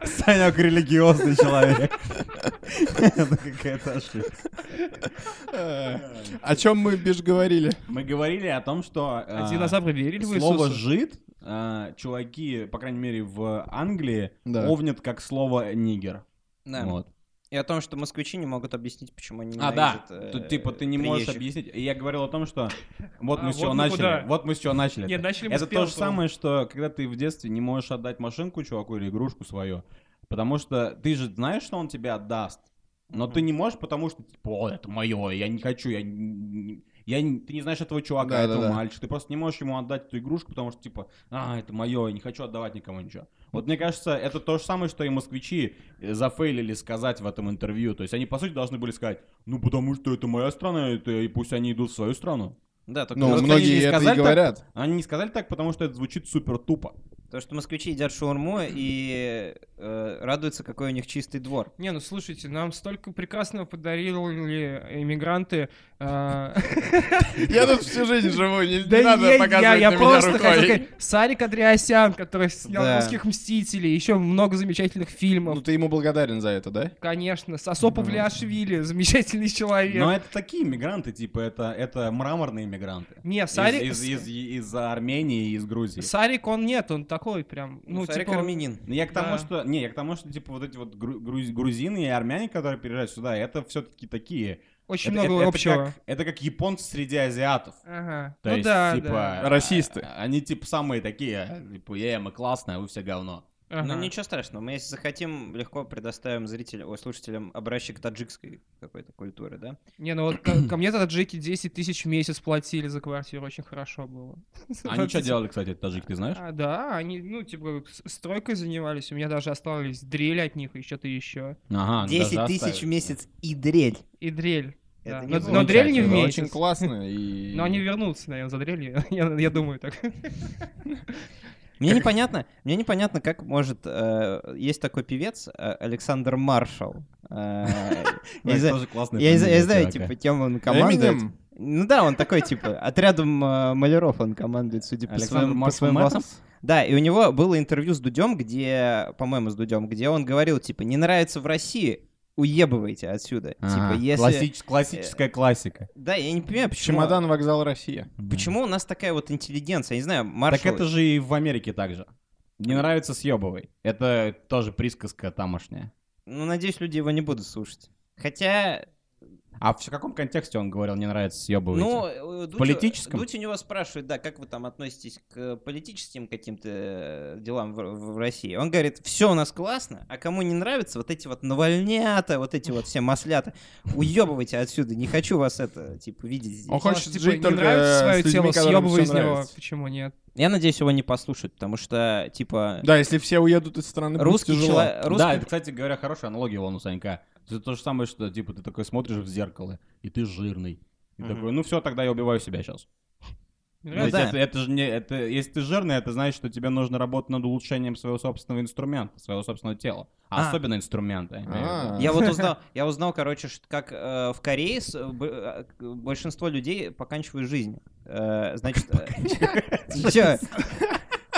Speaker 3: Санек религиозный человек. Это какая-то ошибка.
Speaker 4: О чем мы, бишь, говорили?
Speaker 3: Мы говорили о том, что э,
Speaker 5: А, Динозавры верили в
Speaker 3: слово
Speaker 5: Иисуса?
Speaker 3: «жид» э, чуваки, по крайней мере, в Англии
Speaker 4: Да.
Speaker 3: овнят как слово «нигер».
Speaker 6: Да.
Speaker 3: Вот.
Speaker 6: И о том, что москвичи не могут объяснить, почему они
Speaker 3: А, да.
Speaker 6: ненавидят, э,
Speaker 3: Тут, типа, ты не можешь
Speaker 6: приезжих.
Speaker 3: объяснить. И я говорил о том, что вот
Speaker 5: А,
Speaker 3: мы с
Speaker 5: вот
Speaker 3: чего
Speaker 5: мы куда.
Speaker 3: начали. Вот мы с чего начали.
Speaker 5: Нет, начали мы
Speaker 3: Это
Speaker 5: с
Speaker 3: то же
Speaker 5: первого.
Speaker 3: самое, что когда ты в детстве не можешь отдать машинку чуваку или игрушку свою, потому что ты же знаешь, что он тебе отдаст, но ты не можешь, потому что, типа, «О, это мое, я не хочу, я не- я не- ты не знаешь этого чувака,
Speaker 4: Да, да,
Speaker 3: этого
Speaker 4: да.
Speaker 3: мальчика, ты просто не можешь ему отдать эту игрушку, потому что, типа, а, это мое, я не хочу отдавать никому ничего. Вот мне кажется, это то же самое, что и москвичи э, зафейлили сказать в этом интервью. То есть они, по сути, должны были сказать, ну, потому что это моя страна, это, и пусть они идут в свою страну.
Speaker 6: Да, только
Speaker 4: Ну,
Speaker 3: Просто они
Speaker 4: многие
Speaker 3: не
Speaker 4: это и
Speaker 3: сказали так.
Speaker 4: говорят.
Speaker 3: Они не сказали так, потому что это звучит супер тупо.
Speaker 6: то, что москвичи едят шаурму и э, радуются, какой у них чистый двор.
Speaker 5: Не, ну слушайте, нам столько прекрасного подарили иммигранты. а.
Speaker 4: Я тут всю жизнь живу, не, не
Speaker 5: Да
Speaker 4: надо
Speaker 5: я,
Speaker 4: показывать
Speaker 5: я, я
Speaker 4: на
Speaker 5: просто
Speaker 4: меня
Speaker 5: хотел
Speaker 4: рукой.
Speaker 5: сказать, Сарик Андреасян, который снял
Speaker 6: Да.
Speaker 5: «Русских мстителей», еще много замечательных фильмов.
Speaker 4: Ну, ты ему благодарен за это, да?
Speaker 5: Конечно, Сосо Павлиашвили, замечательный человек.
Speaker 3: ну, Но это такие мигранты, типа, это, это мраморные мигранты.
Speaker 5: Не,
Speaker 3: Из-
Speaker 5: Сарик...
Speaker 3: Из, из, из Армении и из Грузии.
Speaker 5: Сарик, он нет, он такой прям... Ну,
Speaker 6: Сарик
Speaker 5: типа...
Speaker 6: армянин.
Speaker 3: Ну, Я к тому,
Speaker 5: Да.
Speaker 3: что. Не, я к тому, что, типа, вот эти вот гру- груз- грузины и армяне, которые переезжают сюда, это все-таки такие.
Speaker 5: Очень
Speaker 3: это,
Speaker 5: много
Speaker 3: это- это
Speaker 5: общего.
Speaker 3: как, это как японцы среди азиатов.
Speaker 5: Ага.
Speaker 3: То
Speaker 5: ну
Speaker 3: есть,
Speaker 5: да,
Speaker 3: типа,
Speaker 5: да.
Speaker 3: а-
Speaker 4: Расисты.
Speaker 3: а- Они типа самые такие, типа, «Э, мы классные, а вы все говно.
Speaker 5: Ага.
Speaker 6: Ну ничего страшного, мы если захотим, легко предоставим зрителям, ой, слушателям образчик таджикской какой-то культуры, да?
Speaker 5: Не, ну вот ко, ко мне тогда джеки 10 тысяч в месяц платили за квартиру, очень хорошо было.
Speaker 3: А Они что делали, кстати, этот таджик, ты знаешь?
Speaker 5: А, да, они, ну, типа, с- стройкой занимались, у меня даже остались дрель от них и что-то еще.
Speaker 3: Ага,
Speaker 6: Десять
Speaker 3: даже
Speaker 6: тысяч в
Speaker 3: оставили. Ну,
Speaker 6: месяц и дрель.
Speaker 5: И дрель.
Speaker 6: Это
Speaker 5: да.
Speaker 6: не
Speaker 5: но,
Speaker 6: было.
Speaker 5: но дрель не в
Speaker 4: Это
Speaker 5: месяц.
Speaker 4: Очень классно. И...
Speaker 5: Но они вернутся, наверное, за дрелью, я, я думаю так.
Speaker 4: Ну,
Speaker 6: Мне непонятно, мне непонятно, как может... э, есть такой певец э, Александр Маршал. Э, Я
Speaker 3: Ой,
Speaker 6: не знаю,
Speaker 3: тоже классная
Speaker 6: я не знаю-
Speaker 3: фамилия
Speaker 6: я знаю,
Speaker 3: чувака.
Speaker 6: типа, кем он командует.
Speaker 4: Эминем?
Speaker 6: Ну да, он такой, типа, отрядом э, маляров он командует, судя по
Speaker 3: Александр
Speaker 6: своим, по
Speaker 3: Маршал
Speaker 6: своим
Speaker 3: Мэтерс?
Speaker 6: волосам. Да, и у него было интервью с Дудем, где, по-моему, с Дудем, где он говорил, типа, не нравится в России, уебывайте отсюда.
Speaker 3: Ага,
Speaker 6: Типа, если... Э,
Speaker 3: классич- классическая классика.
Speaker 6: Да, я не понимаю, почему...
Speaker 4: Чемодан вокзал Россия.
Speaker 6: Почему у нас такая вот интеллигенция? Я не знаю,
Speaker 3: Так
Speaker 6: маршал...
Speaker 3: это же и в Америке также. Не нравится съебывай. Это тоже присказка тамошняя.
Speaker 6: Ну, надеюсь, люди его не будут слушать. Хотя,
Speaker 3: А в каком контексте он говорил, не нравится съебывай?
Speaker 6: ну, э, Дудь,
Speaker 3: политическом?
Speaker 6: Дудь у него спрашивает, да, как вы там относитесь к э, политическим каким-то э, делам в, в- в России. Он говорит, все у нас классно, а кому не нравится, вот эти вот навальнята, вот эти вот все маслята, уебывайте отсюда, не хочу вас это, типа, видеть здесь.
Speaker 4: Он хочет
Speaker 5: Типа,
Speaker 4: жить
Speaker 5: не
Speaker 4: только
Speaker 5: нравится
Speaker 4: э,
Speaker 5: свое
Speaker 4: с людьми,
Speaker 5: тело,
Speaker 4: которым
Speaker 5: съебывай
Speaker 4: всё
Speaker 5: из него.
Speaker 4: нравится.
Speaker 5: Почему нет?
Speaker 6: Я надеюсь, его не послушают, потому что, типа,
Speaker 4: Да, если все уедут из страны, будет
Speaker 6: русский
Speaker 4: тяжело.
Speaker 6: человек...
Speaker 3: Да, это, кстати говоря, хорошая аналогия вон у Санька. Это то же самое, что, типа, ты такой смотришь в зеркало, и ты жирный. И
Speaker 6: Мгм.
Speaker 3: такой, ну все, тогда я убиваю себя сейчас.
Speaker 5: Не
Speaker 6: Ну
Speaker 5: нравится?
Speaker 6: да.
Speaker 3: это, это же не, это, если ты жирный, это значит, что тебе нужно работать над улучшением своего собственного инструмента, своего собственного тела. А
Speaker 6: А.
Speaker 3: Особенно инструмента. я имею в виду.
Speaker 4: А.
Speaker 6: Я вот узнал, я узнал, короче, ш- как э, в Корее с- б- э, к- большинство людей поканчивают жизнь. Э, значит, э, чё?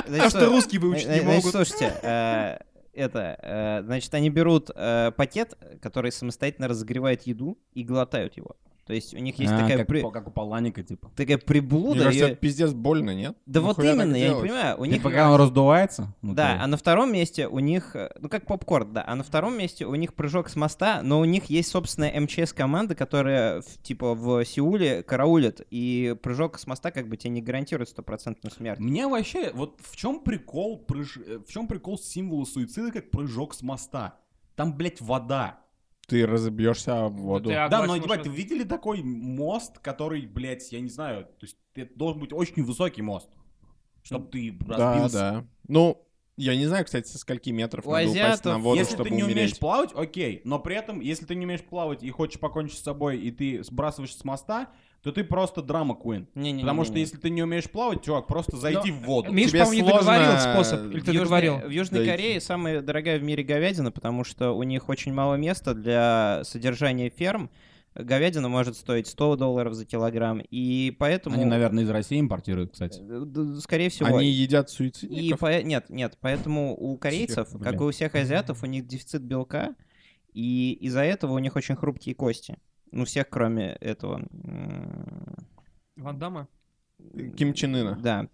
Speaker 6: Значит,
Speaker 5: что русские выучить
Speaker 6: э,
Speaker 5: не
Speaker 6: э,
Speaker 5: могут.
Speaker 6: значит, Слушайте, э, это, э, значит, они берут э, пакет, который самостоятельно разогревает еду и глотают его. То есть у них есть
Speaker 3: А,
Speaker 6: такая
Speaker 3: как,
Speaker 6: при-
Speaker 3: по- как у Паланика, типа.
Speaker 6: такая
Speaker 4: Мне
Speaker 6: приблуда.
Speaker 4: кажется,
Speaker 6: и-
Speaker 4: это пиздец больно, нет?
Speaker 6: Да
Speaker 4: Ну
Speaker 6: вот
Speaker 4: хуя так
Speaker 6: именно, я не
Speaker 4: делать?
Speaker 6: понимаю. У
Speaker 3: И
Speaker 6: них
Speaker 3: пока он раздувается. ну, внутри.
Speaker 6: да, а на втором месте у них, э, ну как попкорн, да, а на втором месте у них прыжок с моста, но у них есть собственная МЧС-команда, которая в- типа в Сеуле караулит, и прыжок с моста как бы тебе не гарантирует стопроцентную смерть.
Speaker 3: Меня вообще, вот в чем прикол, прыж... э, в чем прикол символа суицида, как прыжок с моста? Там, блядь, вода.
Speaker 4: Ты разобьешься в воду.
Speaker 6: А,
Speaker 5: ты
Speaker 3: да,
Speaker 5: облачь
Speaker 3: но,
Speaker 5: может
Speaker 3: ебать,
Speaker 5: раз-
Speaker 3: вы видели такой мост, который, блядь, я не знаю, то есть это должен быть очень высокий мост, чтобы ты
Speaker 4: Да,
Speaker 3: разбился.
Speaker 4: да. Ну, я не знаю, кстати, со скольки метров
Speaker 6: У
Speaker 4: надо упасть
Speaker 6: азиатов,
Speaker 4: на воду,
Speaker 3: если
Speaker 4: чтобы
Speaker 3: ты не умеешь
Speaker 4: умереть.
Speaker 3: плавать, окей, но при этом, если ты не умеешь плавать и хочешь покончить с собой, и ты сбрасываешь с моста, то ты просто драма куин.
Speaker 6: Не-не-не-не-не.
Speaker 3: Потому что если ты не умеешь плавать, чувак, просто зайди в
Speaker 6: э,
Speaker 3: воду.
Speaker 5: Миш,
Speaker 4: тебе
Speaker 5: по-моему, не
Speaker 4: сложно-
Speaker 5: договорил способ. Или
Speaker 6: В
Speaker 5: ты
Speaker 6: Южной-
Speaker 5: договорил?
Speaker 6: В Южной
Speaker 4: Да,
Speaker 6: Корее самая дорогая в мире говядина, потому что у них очень мало места для содержания ферм. Говядина может стоить 100 долларов за килограмм, и поэтому...
Speaker 3: Они, наверное, из России импортируют, кстати.
Speaker 6: э, д- Скорее всего.
Speaker 4: Они едят
Speaker 6: И
Speaker 4: суицидников.
Speaker 6: по- Нет, нет, поэтому у корейцев,
Speaker 3: Всех,
Speaker 6: как и
Speaker 3: блин.
Speaker 6: у всех азиатов, у них дефицит белка, и из-за этого у них очень хрупкие кости. Ну, всех, кроме этого... м,
Speaker 5: Ван Дамма?
Speaker 4: Ким Чен Ына.
Speaker 6: Да.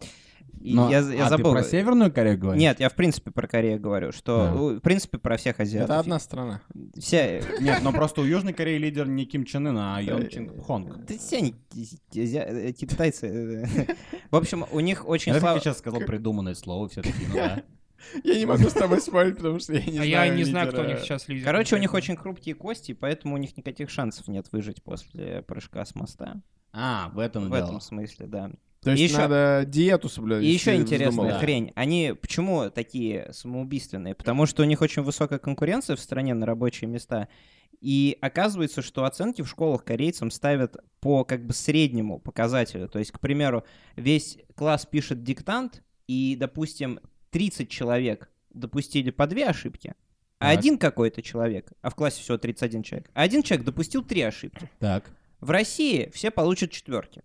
Speaker 6: И
Speaker 3: Но-
Speaker 6: я, я
Speaker 3: а
Speaker 6: забыл.
Speaker 3: ты про Северную Корею говоришь?
Speaker 6: Нет, я в принципе про Корею говорю, что
Speaker 3: А.
Speaker 6: у- в принципе про всех азиатов.
Speaker 7: Это одна страна.
Speaker 6: Все,
Speaker 3: Нет, но просто у Южной Кореи лидер не Ким Чен Ын, а Йон Чин Хонг.
Speaker 6: да все они ки- азиа- э, китайцы. э. В общем, у них очень
Speaker 3: Я так
Speaker 6: слабо.
Speaker 3: и сейчас сказал придуманное слово все-таки, ну да.
Speaker 4: Я не могу с тобой спорить, потому что я не
Speaker 5: А
Speaker 4: знаю.
Speaker 5: я не знаю, кто у
Speaker 4: лидера.
Speaker 5: них сейчас лидер.
Speaker 6: Короче, у них
Speaker 5: конкретно.
Speaker 6: очень хрупкие кости, и поэтому у них никаких шансов нет выжить после прыжка с моста.
Speaker 3: А, в этом
Speaker 6: В
Speaker 3: дело.
Speaker 6: этом смысле, да.
Speaker 4: То есть
Speaker 6: Еще-
Speaker 4: надо диету соблюдать.
Speaker 6: И еще
Speaker 4: если
Speaker 6: интересная
Speaker 4: вздумал.
Speaker 6: хрень. Они почему такие самоубийственные? Потому что у них очень высокая конкуренция в стране на рабочие места. И оказывается, что оценки в школах корейцам ставят по как бы среднему показателю. То есть, к примеру, весь класс пишет диктант, и, допустим, 30 человек допустили по две ошибки, а
Speaker 3: Так.
Speaker 6: один какой-то человек, а в классе всего 31 человек, а один человек допустил три ошибки.
Speaker 3: Так.
Speaker 6: В России все получат четверки.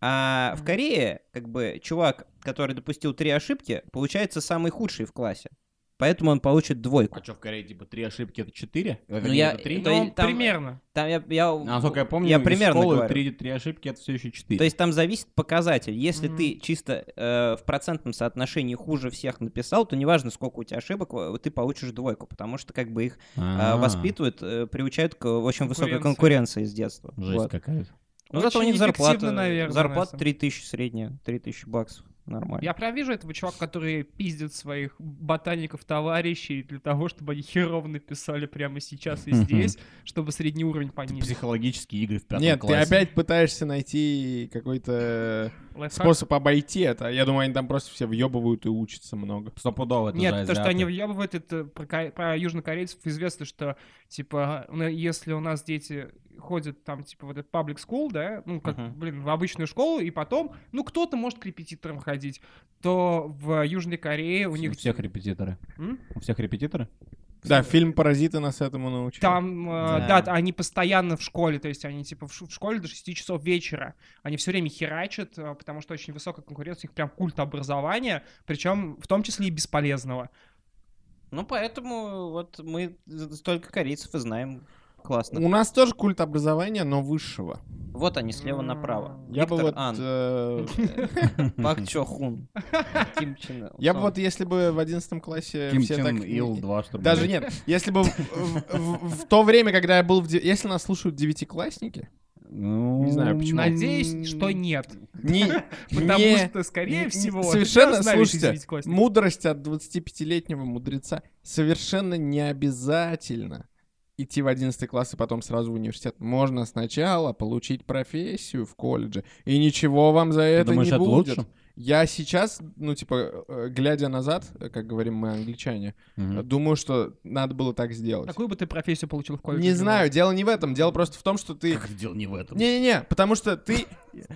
Speaker 6: А в Корее, как бы, чувак, который допустил три ошибки, получается самый худший в классе. Поэтому он получит двойку.
Speaker 3: А что в Корее, типа, три ошибки — это четыре? Ну,
Speaker 6: я-
Speaker 3: Три? Ну,
Speaker 6: то
Speaker 5: Ну,
Speaker 6: есть там-
Speaker 5: примерно.
Speaker 6: Там я, я-
Speaker 3: А, Насколько я помню,
Speaker 6: я
Speaker 3: из
Speaker 6: примерно
Speaker 3: школы
Speaker 6: говорю.
Speaker 3: три, три ошибки — это все еще четыре.
Speaker 6: То есть там зависит показатель. Если
Speaker 5: Мгм.
Speaker 6: ты чисто э, в процентном соотношении хуже всех написал, то неважно, сколько у тебя ошибок, э, ты получишь двойку, потому что как бы их э,
Speaker 3: А,
Speaker 6: воспитывают, э, приучают к очень высокой
Speaker 5: Конкуренции.
Speaker 6: конкуренции с детства.
Speaker 3: Жесть
Speaker 6: Вот.
Speaker 3: какая-то.
Speaker 6: Но зато у
Speaker 5: Очень
Speaker 6: них зарплата,
Speaker 5: эффективно, наверное, на
Speaker 6: зарплата
Speaker 5: самом-
Speaker 6: 3000 средняя, 3000 баксов. Нормально.
Speaker 5: Я прям вижу этого чувака, который пиздит своих ботаников, товарищей для того, чтобы они херово написали прямо сейчас и
Speaker 3: Мгм.
Speaker 5: здесь, чтобы средний уровень
Speaker 3: Это
Speaker 5: понизить.
Speaker 3: психологические игры в пятом
Speaker 4: Нет, ты
Speaker 3: классе.
Speaker 4: опять пытаешься найти какой-то
Speaker 5: Лайфхак?
Speaker 4: способ обойти это. Я думаю, они там просто все въебывают и учатся много.
Speaker 3: Стопудово это
Speaker 5: Нет,
Speaker 3: же
Speaker 5: то, что они
Speaker 3: азиаты.
Speaker 5: въебывают, это про, ко- про южнокорейцев известно, что, типа, ну, если у нас дети ходят там, типа, в этот public school, да, ну, как,
Speaker 6: Мгм.
Speaker 5: блин, в обычную школу, и потом, ну, кто-то может к репетиторам ходить, то в Южной Корее у них...
Speaker 3: У всех репетиторы.
Speaker 5: М?
Speaker 3: У всех репетиторы?
Speaker 4: Да, фильм «Паразиты» нас этому научил.
Speaker 5: Там, э,
Speaker 6: Да.
Speaker 5: да. т- они постоянно в школе, то есть они типа в, ш- в школе до 6 часов вечера. Они все время херачат, э, потому что очень высокая конкуренция, у них прям культ образования, причем в том числе и бесполезного.
Speaker 6: Ну, поэтому вот мы з- столько корейцев и знаем. Классно.
Speaker 4: У нас тоже культ образования, но высшего.
Speaker 6: Вот они слева направо.
Speaker 4: Я бы
Speaker 6: Виктор
Speaker 4: вот...
Speaker 6: Ан,
Speaker 4: э,
Speaker 6: Пак Чо Хун, Ким Чен Ил.
Speaker 4: Я бы вот, если бы в 11 классе
Speaker 3: Ким
Speaker 4: Э, все так...
Speaker 3: Чен Ил 2, что ли?
Speaker 4: Даже нет. Если бы в- в в- в то время, когда я был в... де- Если нас слушают девятиклассники,
Speaker 3: Ну,
Speaker 4: Не знаю, почему.
Speaker 5: Надеюсь, что нет.
Speaker 4: не...
Speaker 5: Потому
Speaker 4: не-
Speaker 5: что, скорее
Speaker 4: не-
Speaker 5: всего,
Speaker 4: совершенно,
Speaker 5: ты знаешь из
Speaker 4: слушайте,
Speaker 5: девятиклассников.
Speaker 4: Мудрость от 25-летнего мудреца совершенно не обязательно идти в 11 класс и потом сразу в университет. Можно сначала получить профессию в колледже, и ничего вам за это
Speaker 3: думаешь,
Speaker 4: не
Speaker 3: это
Speaker 4: будет.
Speaker 3: лучше?
Speaker 4: Я сейчас, ну, типа, э, глядя назад, э, как говорим мы, англичане, э,
Speaker 3: Мгм.
Speaker 4: думаю, что надо было так сделать.
Speaker 5: Какую бы ты профессию получил в колледже?
Speaker 4: Не знаю, дело не в этом. Дело просто в том, что ты...
Speaker 3: Как это дело не в этом?
Speaker 4: Не-не-не, потому что ты...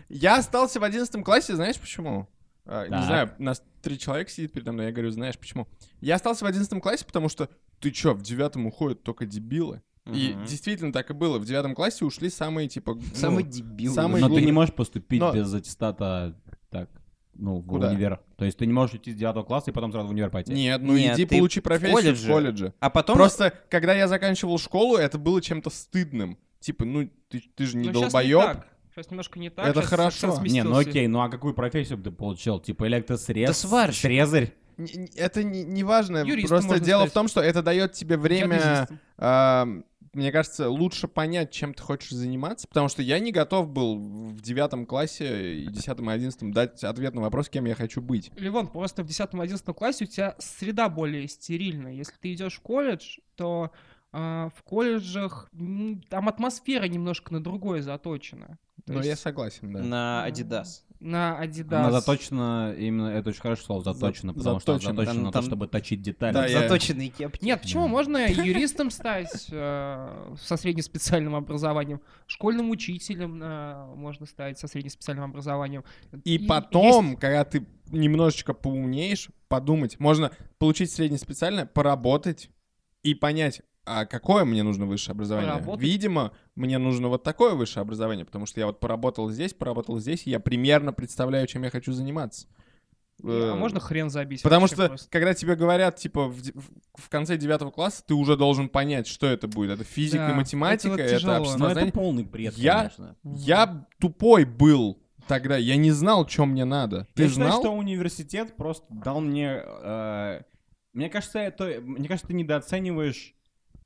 Speaker 4: Я остался в 11 классе, знаешь почему? А, Не
Speaker 3: Так.
Speaker 4: знаю, нас три человека сидит передо мной, я говорю, знаешь почему? Я остался в 11 классе, потому что ты чё, в девятом уходят только дебилы? И
Speaker 6: Мгм.
Speaker 4: действительно так и было. В девятом классе ушли самые, типа... ну,
Speaker 6: Самый дебил.
Speaker 4: самый
Speaker 3: Но
Speaker 4: ну,
Speaker 3: ты
Speaker 4: глупый.
Speaker 3: не можешь поступить
Speaker 4: Но-
Speaker 3: без аттестата так, ну, в
Speaker 4: Куда?
Speaker 3: универ. То есть ты не можешь идти с 9 класса и потом сразу в универ пойти.
Speaker 4: Нет, ну
Speaker 6: Нет,
Speaker 4: иди
Speaker 6: ты
Speaker 4: получи
Speaker 6: в
Speaker 4: профессию
Speaker 6: колледже.
Speaker 4: в колледже.
Speaker 6: А потом...
Speaker 4: Просто, когда я заканчивал школу, это было чем-то стыдным. Типа, ну, ты, ты же не долбоёб.
Speaker 5: Сейчас немножко не так.
Speaker 4: Это
Speaker 5: щас
Speaker 4: хорошо.
Speaker 5: совсем
Speaker 3: Не, ну
Speaker 5: сместился.
Speaker 3: окей, ну а какую профессию бы ты получил? Типа электросрез?
Speaker 6: Да сварщик.
Speaker 3: Срезарь?
Speaker 4: Н- н- Это не, не важно.
Speaker 5: Юристом
Speaker 4: Просто
Speaker 5: можно
Speaker 4: дело
Speaker 5: стать.
Speaker 4: в том, что это дает тебе время...
Speaker 5: Геодезистом.
Speaker 4: А, мне кажется, лучше понять, чем ты хочешь заниматься, потому что я не готов был в девятом классе и десятом и одиннадцатом дать ответ на вопрос, кем я хочу быть.
Speaker 5: Ливон, просто в 10-11 классе у тебя среда более стерильная. Если ты идешь в колледж, то а, в колледжах м, там атмосфера немножко на другое заточена. То
Speaker 4: Но
Speaker 5: есть
Speaker 4: я согласен, да.
Speaker 6: На Adidas.
Speaker 5: на Adidas.
Speaker 3: Она заточена, именно это очень хорошо слово, заточена, потому что
Speaker 4: заточена,
Speaker 3: она заточена
Speaker 6: там-
Speaker 3: на
Speaker 6: там-
Speaker 3: то, чтобы точить детали.
Speaker 4: Да, я-
Speaker 6: Заточенный кепки.
Speaker 5: Нет, почему? Можно юристом стать э, со среднеспециальным образованием, школьным учителем э, можно стать со среднеспециальным образованием.
Speaker 4: И
Speaker 5: есть-
Speaker 4: потом, когда ты немножечко поумнеешь, подумать, можно получить среднеспециальное, поработать и понять, а какое мне нужно высшее образование.
Speaker 5: Поработать?
Speaker 4: Видимо, мне нужно вот такое высшее образование, потому что я вот поработал здесь, поработал здесь, и я примерно представляю, чем я хочу заниматься.
Speaker 5: а
Speaker 4: Э,
Speaker 5: можно хрен забить.
Speaker 4: Потому
Speaker 5: Типа вообще
Speaker 4: что,
Speaker 5: просто.
Speaker 4: когда тебе говорят, типа, в, де- в- в конце девятого класса, ты уже должен понять, что это будет. Это физика,
Speaker 5: Да,
Speaker 4: и математика,
Speaker 5: это вот
Speaker 4: это,
Speaker 5: тяжело.
Speaker 4: общество
Speaker 3: Но Ну, это
Speaker 4: знаний.
Speaker 3: полный бред,
Speaker 4: Я-
Speaker 3: конечно.
Speaker 4: Я тупой был тогда, я не знал, что мне надо. Ты
Speaker 3: я
Speaker 4: знал?
Speaker 3: считаю, что университет просто дал мне... э, мне кажется, это, мне кажется, ты недооцениваешь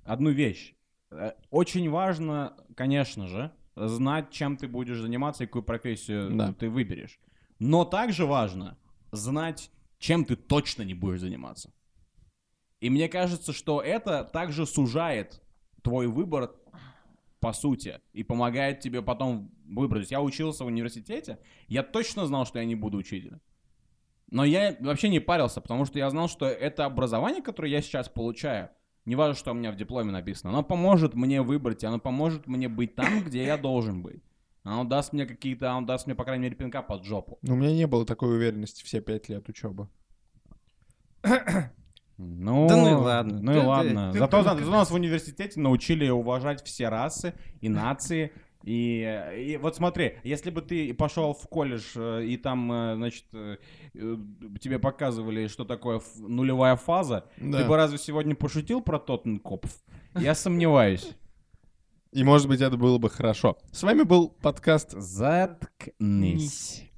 Speaker 3: одну вещь. Э, Очень важно, конечно же, знать, чем ты будешь заниматься и какую профессию
Speaker 4: Да.
Speaker 3: ты выберешь. Но также важно знать, чем ты точно не будешь заниматься. И мне кажется, что это также сужает твой выбор по сути, и помогает тебе потом выбрать. То есть Я учился в университете, я точно знал, что я не буду учителем. Но я вообще не парился, потому что я знал, что это образование, которое я сейчас получаю, неважно, что у меня в дипломе написано, оно поможет мне выбрать, и оно поможет мне быть там, где я должен быть. Оно даст мне какие-то, оно даст мне, по крайней мере, пинка под жопу.
Speaker 4: Ну, У меня не было такой уверенности все пять лет учебы.
Speaker 3: Ну,
Speaker 6: Да ну и ладно.
Speaker 3: Ну и
Speaker 6: Ты- ты-
Speaker 3: ладно.
Speaker 6: ты
Speaker 3: зато, зато нас в университете научили уважать все расы и нации. И, и вот смотри, если бы ты пошел в колледж, э, и там, э, значит, э, э, тебе показывали, что такое ф- нулевая фаза, ты бы разве сегодня пошутил про Тоттенкопф? Я сомневаюсь.
Speaker 4: И, может быть, это было бы хорошо. С вами был подкаст
Speaker 3: Заткнись.